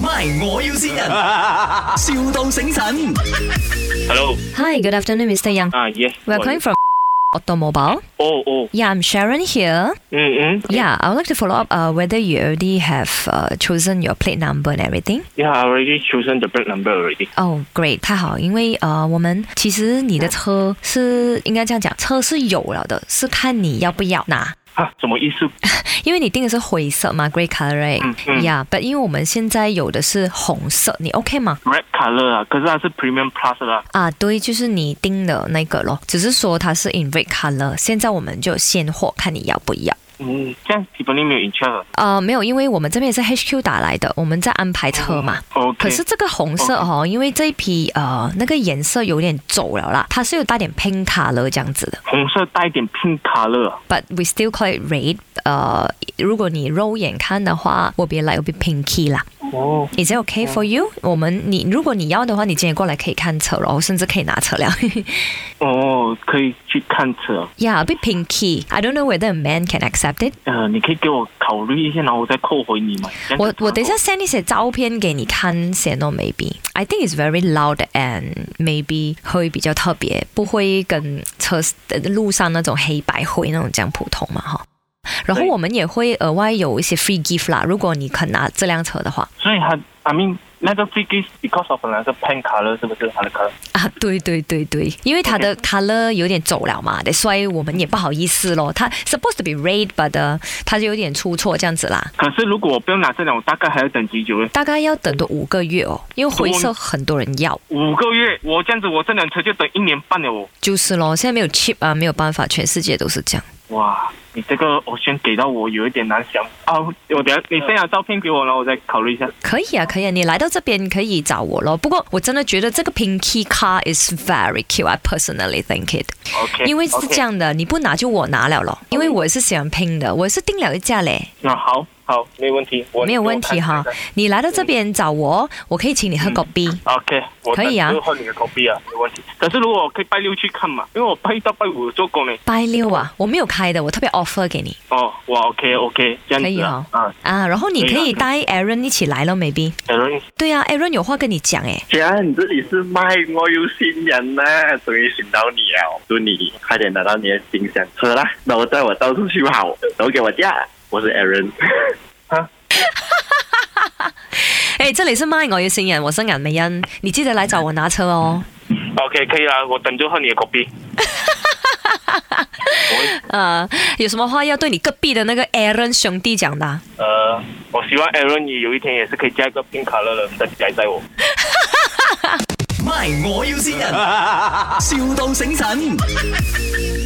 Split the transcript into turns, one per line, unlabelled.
My，我要先人，, 笑到醒神。
Hello.
Hi, good afternoon, Mr. Yang.
Ah, yes.
We're calling from Automobile.
Oh, oh.
Yeah, I'm Sharon here.
Mm-hmm.
Yeah, I would like to follow up uh, whether you already have uh, chosen your plate number and everything.
Yeah, I already chosen the black number already.
哦、oh,，great，太好，因为呃，我们其实你的车是应该这样讲，车是有了的，是看你要不要拿。
啊，什么意思？
因为你订的是灰色嘛，grey color，right？
嗯嗯
yeah,，but 因为我们现在有的是红色，你 OK 吗？
Red color 啊，可是它是 Premium Plus 啦。
啊，对，就是你订的那个咯，只是说它是 in red color，现在我们就有现货，看你要不要。
嗯，这样 t i f f a n 没有 interest 啊
呃，没有，因为我们这边也是 HQ 打来的，我们在安排车嘛。
哦？OK。
可是这个红色哦，因为这一批呃那个颜色有点走了啦，它是有带点 pink color 这样子的
红色带一点 pink color 啊。
，but we still call it red。呃，如果你肉眼看的话，will be like will be pinky 啦。
哦。
Is it okay for you？我们你如果你要的话，你今天过来可以看车咯，甚至可以拿车了。
哦，可以去看车啊。
yeah, a bit pinky. I don't know whether a man can accept it.
呃，你可以给我考虑一下，然后我再扣回你吗？这样
我
子
我等一下 send 一些照片给你看先哦，maybe I think it's very loud and maybe 会比较特别，不会跟车呃路上那种黑白灰那种这样普通嘛哈。然后
对
我们也会额外有一些 free gift 啦，如果你肯拿这辆车的话
所以它，I mean，那个 free gift because of 本来是 pink color，是不是它的 color？
啊，对对对对，因为它的 color 有点走了嘛，所以我们也不好意思咯。它 supposed to be red but 呃它就有点出错这样子啦，
可是如果我不要拿这辆，我大概还要等几久呢？
大概要等多五个月哦，因为灰色很多人要。
五个月，我这样子，我这辆车就等一年半了哦。
就是咯，现在没有 chip 啊，没有办法，全世界都是这样。
哇，你这个我先给到我有一点难想啊，我等下你先把照片给我，然后我再考虑一下。
可以啊，可以啊，你来到这边可以找我咯。不过我真的觉得这个 pinky car is very cute. I personally think it，
OK，
因为是这样的，你不拿就我拿了咯。因为我也是喜欢拼的，我也是订了一架嘞，
那、啊、好好，没问题，我
没有问题哈。你来到这边找我，我可以请你喝个 B。
OK，我
可以啊
等之后换你的口碑啊，没问题。可是如果我可以拜六去看嘛，因为我拜一到拜五有做工呢。
拜六啊，我没有开的，我特别 offer 给你
哦，哇，OK OK，这样
可以
子
哦
啊，啊，
啊。然后你可
可
以
以啊
带 Aaron 一起来咯，maybe。
等等，
对啊，Aaron 有话跟你讲诶。
姐，你这里是卖我有新人呢、终于寻到你了，祝你快点拿到你的新香车啦，然后带我到处去跑，然后给我驾，我是 Aaron。
诶，这里是 My 我要新人，我是颜美欣，你记得来找我拿车哦。
OK 可以啊，我等之后换你的口 碑。
呃，有什么话要对你隔壁的那个 Aaron 兄弟讲的啊、
呃，我希望 Aaron 你有一天也是可以加一个拼卡乐的再来载我。
My，我要先人，,笑到醒神。